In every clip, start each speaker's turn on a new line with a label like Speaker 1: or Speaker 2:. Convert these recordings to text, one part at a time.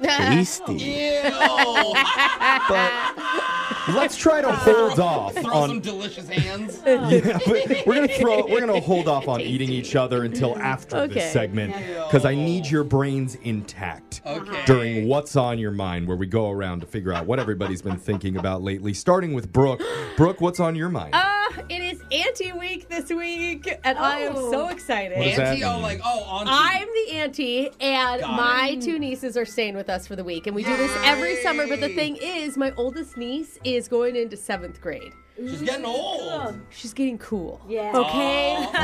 Speaker 1: Tasty.
Speaker 2: but let's try to hold off
Speaker 1: Throw
Speaker 2: on
Speaker 1: some delicious hands.
Speaker 2: yeah, but we're gonna throw. We're gonna hold off on eating each other until after
Speaker 3: Okay.
Speaker 2: this segment because I need your brains intact
Speaker 1: Okay.
Speaker 2: during what's on your mind, where we go around to figure out what everybody's been thinking about lately. Starting with Brooke. Brooke, what's on your mind?
Speaker 4: Ah, it is anti week this week, and I am so excited.
Speaker 2: What does that
Speaker 1: Auntie, oh,
Speaker 2: mean?
Speaker 1: like, oh, auntie.
Speaker 4: I'm the auntie, and
Speaker 1: Got
Speaker 4: my two nieces are staying with us for the week, and we do this every summer. But the thing is, my oldest niece is going into seventh grade.
Speaker 1: She's getting old.
Speaker 4: She's getting cool.
Speaker 5: Yeah.
Speaker 4: Okay.
Speaker 2: Oh.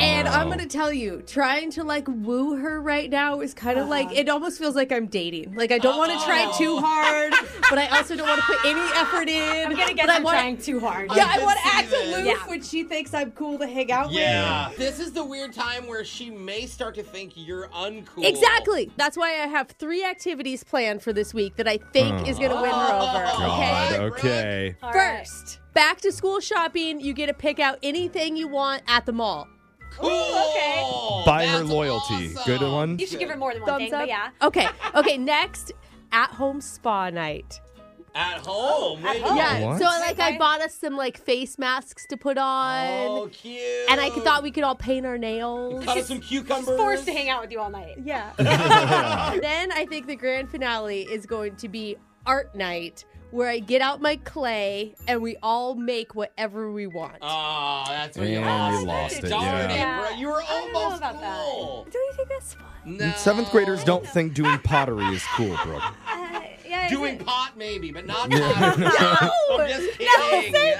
Speaker 4: And I'm gonna tell you, trying to like woo her right now is kind of
Speaker 1: Uh-huh.
Speaker 4: like it almost feels like I'm dating. Like I don't want to try too hard, but I also don't want to put any effort in.
Speaker 5: I'm gonna guess
Speaker 4: but I
Speaker 5: I'm
Speaker 4: wanna-
Speaker 5: trying too hard.
Speaker 4: Yeah,
Speaker 1: I
Speaker 4: I
Speaker 1: did
Speaker 4: want to
Speaker 1: see
Speaker 4: act
Speaker 1: this.
Speaker 4: aloof
Speaker 5: Yeah.
Speaker 4: when she thinks I'm cool to hang out with.
Speaker 1: Yeah. This is the weird time where she may start to think you're uncool.
Speaker 4: Exactly. That's why I have three activities planned for this week that I think is going to win her over.
Speaker 2: Oh, God.
Speaker 4: Okay.
Speaker 1: oh, Brooke.
Speaker 2: Okay.
Speaker 5: All right.
Speaker 4: First, back to school shopping. You get to pick out anything you want at the mall.
Speaker 1: Cool.
Speaker 5: okay.
Speaker 2: Buy her
Speaker 1: Oh, That's
Speaker 2: loyalty.
Speaker 1: awesome.
Speaker 2: Good one.
Speaker 5: You should give her more than one
Speaker 4: Thumbs
Speaker 5: thing,
Speaker 4: up.
Speaker 5: but yeah.
Speaker 4: Okay. Okay. Next, at home spa night.
Speaker 1: At home.
Speaker 5: Oh, at
Speaker 1: wait.
Speaker 5: home.
Speaker 4: Yeah.
Speaker 2: What?
Speaker 4: So like
Speaker 5: Okay.
Speaker 4: I bought us some like face masks to put on.
Speaker 1: Oh, cute.
Speaker 4: And I thought we could all paint our nails.
Speaker 1: Cut us some cucumbers.
Speaker 5: Forced to hang out with you all night.
Speaker 4: Yeah. then I think the grand finale is going to be art night where I get out my clay and we all make whatever we want.
Speaker 1: Oh, that's where you
Speaker 2: Yeah,
Speaker 1: lost
Speaker 2: you lost it,
Speaker 1: Darn
Speaker 5: yeah.
Speaker 1: it, bro. You were
Speaker 5: don't know
Speaker 1: almost
Speaker 5: about that.
Speaker 1: cool.
Speaker 5: Don't you think that's fun?
Speaker 1: No.
Speaker 2: Seventh graders don't think doing pottery is cool, Brooke.
Speaker 5: Uh, yeah. is
Speaker 1: Doing
Speaker 5: it-
Speaker 1: pot, maybe, but not pot. no! I'm just kidding.
Speaker 5: say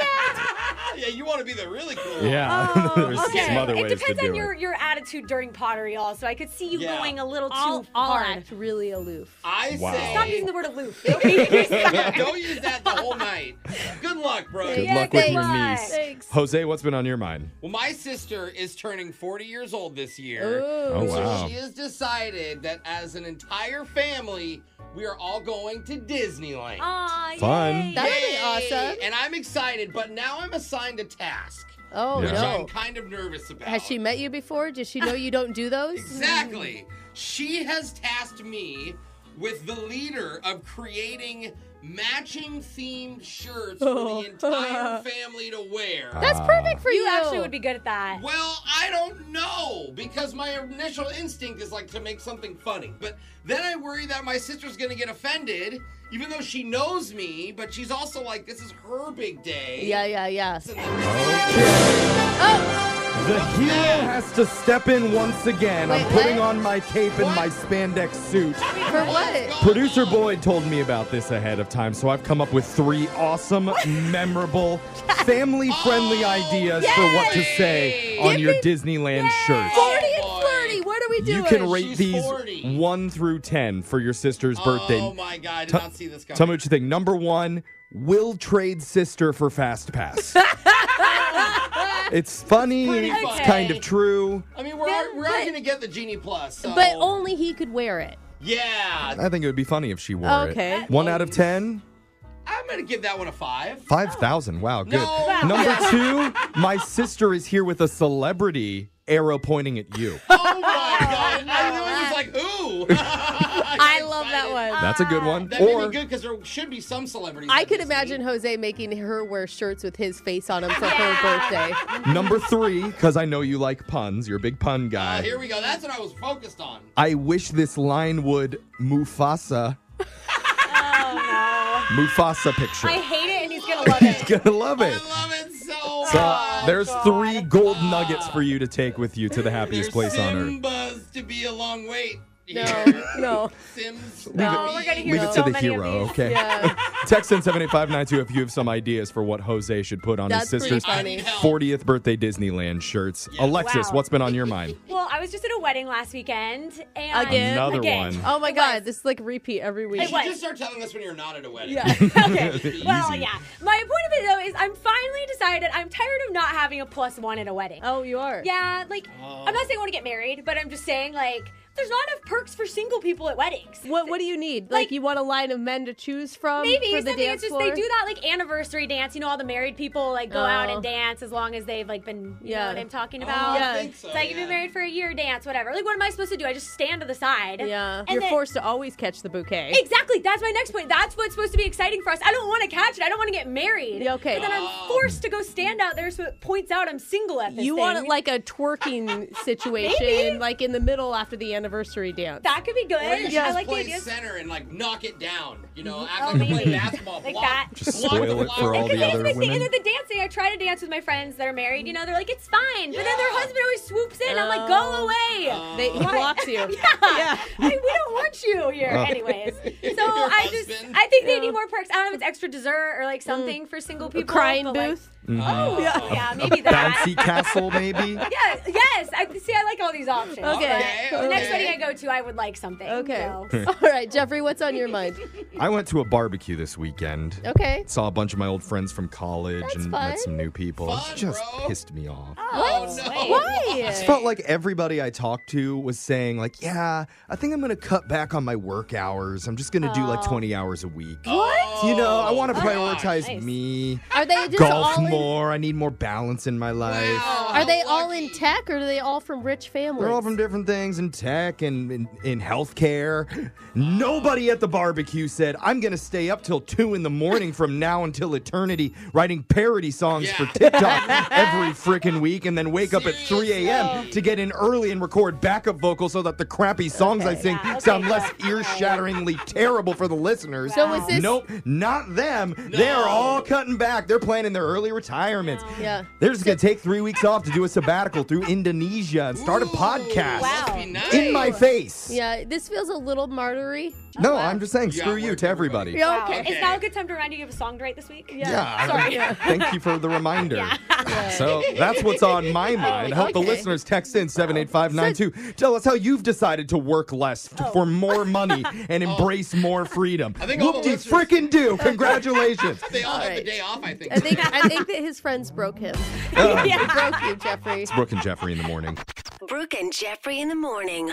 Speaker 1: yeah, you want to be the really cool one.
Speaker 2: Yeah.
Speaker 5: Oh.
Speaker 2: There's
Speaker 5: okay.
Speaker 2: some other
Speaker 5: it
Speaker 2: ways to
Speaker 5: depends
Speaker 2: do
Speaker 5: on your,
Speaker 2: it.
Speaker 5: your attitude during pottery also. I could see you
Speaker 1: Yeah.
Speaker 5: going a little too
Speaker 4: I'll, I'll
Speaker 5: hard.
Speaker 4: act really aloof.
Speaker 1: I
Speaker 2: Wow.
Speaker 1: say.
Speaker 5: Stop using the word aloof.
Speaker 1: Yeah, don't use that the whole night. Good luck, bro.
Speaker 2: Good
Speaker 4: Yeah,
Speaker 2: luck with your
Speaker 5: thanks.
Speaker 2: niece.
Speaker 4: Thanks.
Speaker 2: Jose, what's been on your mind?
Speaker 1: Well, my sister is turning 40 years old this year.
Speaker 4: Ooh.
Speaker 2: Oh,
Speaker 1: So
Speaker 2: wow.
Speaker 1: she has decided that as an entire family, we are all going to Disneyland.
Speaker 5: Aw,
Speaker 2: Fun.
Speaker 5: yay.
Speaker 4: That'll
Speaker 1: Yay!
Speaker 4: be awesome.
Speaker 1: And I'm excited, but now I'm assigned a task.
Speaker 4: Oh,
Speaker 2: Yeah.
Speaker 1: Which I'm
Speaker 4: no.
Speaker 1: kind of nervous about.
Speaker 4: Has she met you before? Does she know you don't do those?
Speaker 1: Exactly. She has tasked me with the leader of creating matching themed shirts
Speaker 5: Oh.
Speaker 1: for the entire family to wear.
Speaker 5: That's perfect for you.
Speaker 1: You
Speaker 5: actually would be good at that.
Speaker 1: Well, I don't know because my initial instinct is like to make something funny. But then I worry that my sister's going to get offended even though she knows me, but she's also like this is her big day.
Speaker 4: Yeah, yeah, yeah.
Speaker 2: The heel has to step in once again.
Speaker 4: Wait,
Speaker 2: I'm putting
Speaker 4: what?
Speaker 2: on my cape and my spandex suit.
Speaker 4: For what?
Speaker 2: Producer Boyd told me about this ahead of time, so I've come up with three awesome, memorable, family
Speaker 1: Oh,
Speaker 2: friendly ideas for what to say on your Disneyland shirts.
Speaker 4: Forty and flirty. What are we doing?
Speaker 2: You can rate these 1 through 10 for your sister's birthday.
Speaker 1: Oh my god, I did
Speaker 2: T-
Speaker 1: not see this coming.
Speaker 2: Tell me what you think. Number one, will trade sister for fast pass. it's funny.
Speaker 1: Pretty
Speaker 2: It's,
Speaker 1: funny.
Speaker 2: kind of true.
Speaker 1: I mean, we're al- we're going to get the Genie Plus. So.
Speaker 4: But only he could wear it.
Speaker 1: yeah.
Speaker 2: I think it would be funny if she wore
Speaker 4: Okay.
Speaker 2: it. One out of ten.
Speaker 1: I'm going to give that one a 5.
Speaker 2: Five thousand. Wow, Oh, good.
Speaker 1: No.
Speaker 2: Number
Speaker 1: Yeah.
Speaker 2: two, my sister is here with a celebrity arrow pointing at you.
Speaker 1: Oh my god. I knew it was like, ooh. I
Speaker 4: love that one.
Speaker 2: That's a good one.
Speaker 1: That may
Speaker 2: or
Speaker 1: be good because there should be some celebrities.
Speaker 4: I
Speaker 1: that
Speaker 4: could
Speaker 1: just-
Speaker 4: imagine Jose making her wear shirts with his face on them for her birthday.
Speaker 2: number three, because I know you like puns. You're a big pun guy.
Speaker 1: Uh, here we go. That's what I was focused on.
Speaker 2: I wish this line would Mufasa. oh no. Mufasa picture.
Speaker 5: I hate it, and he's gonna love it. Oh,
Speaker 2: He's gonna love it.
Speaker 1: love it so
Speaker 2: So there's three gold nuggets for you to take with you to the happiest place on earth.
Speaker 1: Simba's to be a long wait.
Speaker 4: no.
Speaker 1: Sims.
Speaker 5: Oh,
Speaker 2: Leave it- leave it to the hero, okay? Text in 78592 if you have some ideas for what Jose should put on
Speaker 5: That's
Speaker 2: his
Speaker 5: pretty
Speaker 2: sister's
Speaker 5: funny.
Speaker 2: 40th birthday Disneyland shirts. Alexis,
Speaker 5: Wow.
Speaker 2: what's been on your mind?
Speaker 5: Well, I was just at a wedding last weekend, and
Speaker 2: Again? Another one.
Speaker 4: Oh my god, this is like repeat every
Speaker 1: You
Speaker 4: week.
Speaker 1: should just start telling us when you're not at a wedding.
Speaker 4: Yeah.
Speaker 5: Well, yeah. My point of it though is I'm finally decided I'm tired of not having a plus one at a wedding.
Speaker 4: Oh, you are?
Speaker 5: Yeah, like I'm not saying I want to get married, but I'm just saying like there's not enough perks for single people at weddings.
Speaker 4: What What do you need? Like, you want a line of men to choose from?
Speaker 5: Maybe
Speaker 4: for the
Speaker 5: something it's
Speaker 4: dance
Speaker 5: just
Speaker 4: floor?
Speaker 5: they do that like anniversary dance. You know, all the married people like go out
Speaker 4: Oh.
Speaker 5: and dance as long as they've like been. You
Speaker 4: Yeah.
Speaker 5: know what I'm talking
Speaker 4: Oh,
Speaker 5: about?
Speaker 4: I Yeah. think so,
Speaker 5: it's like you've been married for a year, dance, whatever. Like, what am I supposed to do? I just stand to the side.
Speaker 4: Yeah,
Speaker 5: And
Speaker 4: you're
Speaker 5: then-
Speaker 4: forced to always catch the bouquet.
Speaker 5: Exactly. That's my next point. That's what's supposed to be exciting for us. I don't want to catch it. I don't want to get married.
Speaker 4: Yeah, okay.
Speaker 5: But then I'm forced to go stand out there, so it points out I'm single at this.
Speaker 4: You want it
Speaker 5: thing.
Speaker 4: like a twerking situation,
Speaker 5: Maybe.
Speaker 4: like in the middle after the anniversary dance.
Speaker 5: that could be good.
Speaker 1: Or you should
Speaker 5: I
Speaker 1: just
Speaker 5: like the
Speaker 1: play
Speaker 5: idea.
Speaker 1: center and like knock it down. You know, act
Speaker 5: Oh,
Speaker 1: like you're
Speaker 5: maybe.
Speaker 1: playing basketball.
Speaker 5: Like
Speaker 1: block.
Speaker 5: that.
Speaker 2: Just
Speaker 1: Block
Speaker 2: spoil
Speaker 1: the
Speaker 2: it for
Speaker 1: block.
Speaker 2: all the other
Speaker 5: Like the end
Speaker 2: women.
Speaker 5: of the dancing, I try to dance with my friends that are married. You know, they're like, it's fine. But then their husband always swoops in. I'm like,
Speaker 1: Oh.
Speaker 5: go away.
Speaker 4: They- he
Speaker 5: Why?
Speaker 4: blocks you.
Speaker 5: yeah. I, we don't want you here.
Speaker 4: Oh.
Speaker 5: Anyways. So I just, I think they need more perks. I don't know if it's extra dessert or like something for single people.
Speaker 4: Mm. crying
Speaker 5: but, like,
Speaker 4: booth?
Speaker 5: Oh,
Speaker 2: Mm.
Speaker 5: yeah, yeah,
Speaker 2: A-
Speaker 5: maybe
Speaker 2: a
Speaker 5: that.
Speaker 2: Bouncy castle, maybe?
Speaker 5: Yeah, yes. I see. I like all these options.
Speaker 4: Okay, Okay,
Speaker 5: but The next
Speaker 4: okay.
Speaker 5: wedding I go to, I would like something.
Speaker 4: Okay.
Speaker 5: so.
Speaker 4: All right, Jeffrey, what's on your mind?
Speaker 2: I went to a barbecue this weekend.
Speaker 4: Okay.
Speaker 2: Saw a bunch of my old friends from college and
Speaker 4: fun.
Speaker 2: met some new people. it just pissed me off.
Speaker 5: Oh.
Speaker 4: Oh, what?
Speaker 2: I
Speaker 4: Why?
Speaker 2: just felt like everybody I talked to was saying, like, yeah, I think I'm going to cut back on my work hours. I'm just going to do like
Speaker 4: Oh.
Speaker 2: 20 hours a week.
Speaker 4: What?
Speaker 2: You know, I want to
Speaker 4: Oh,
Speaker 2: prioritize
Speaker 4: nice.
Speaker 2: me,
Speaker 4: Are they just
Speaker 2: golf
Speaker 4: all in,
Speaker 2: more. I need more balance in my life.
Speaker 4: Are they all in tech or are they all from rich families?
Speaker 2: They're all from different things in tech and in, in healthcare. Nobody at the barbecue said, I'm going to stay up till 2 in the morning from now until eternity writing parody songs for TikTok every freaking week and then wake up at 3 a.m. to get in early and record backup vocals so that the crappy songs I sing sound less ear shatteringly terrible for the listeners.
Speaker 4: So is this-
Speaker 2: Nope, not them. They're all cutting back. They're planning their early retirements.
Speaker 4: Yeah.
Speaker 2: They're just gonna take three weeks off to do a sabbatical through Indonesia and start a podcast in my face.
Speaker 4: Yeah, Oh, this feels a little martyry.
Speaker 2: No, I'm just saying, screw you to everybody.
Speaker 4: Yeah, okay.
Speaker 5: Wow. Is now a good time to remind you you have a song to write this week?
Speaker 2: Yeah, I-
Speaker 5: Sorry.
Speaker 2: thank you for the reminder. So that's what's on my mind. I hope the
Speaker 5: Okay.
Speaker 2: listeners text in 78592. Tell us how you've decided to work less t- for more money and embrace more freedom.
Speaker 1: I think all the
Speaker 2: Whoop de
Speaker 1: listeners-
Speaker 2: frickin' do. Congratulations.
Speaker 1: They all,
Speaker 4: All
Speaker 1: have
Speaker 4: right.
Speaker 1: the day off, I think. Oh.
Speaker 4: I think I think that his friends broke him.
Speaker 2: Uh.
Speaker 4: They broke you, Jeffrey.
Speaker 2: It's Brooke and Jeffrey in the morning.
Speaker 6: Brooke and Jeffrey in the morning.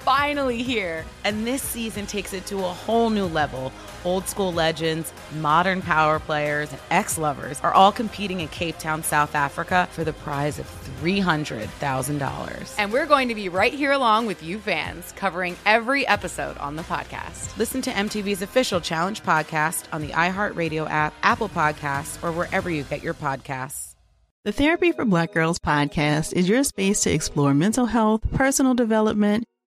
Speaker 7: finally here.
Speaker 8: And this season takes it to a whole new level. Old school legends, modern power players, and ex lovers are all competing in Cape Town, South Africa for the prize of $300,000.
Speaker 7: And we're going to be right here along with you fans, covering every episode on the podcast.
Speaker 8: Listen to MTV's official Challenge podcast on the iHeartRadio app, Apple Podcasts, or wherever you get your podcasts.
Speaker 4: The Therapy for Black Girls podcast is your space to explore mental health, personal development,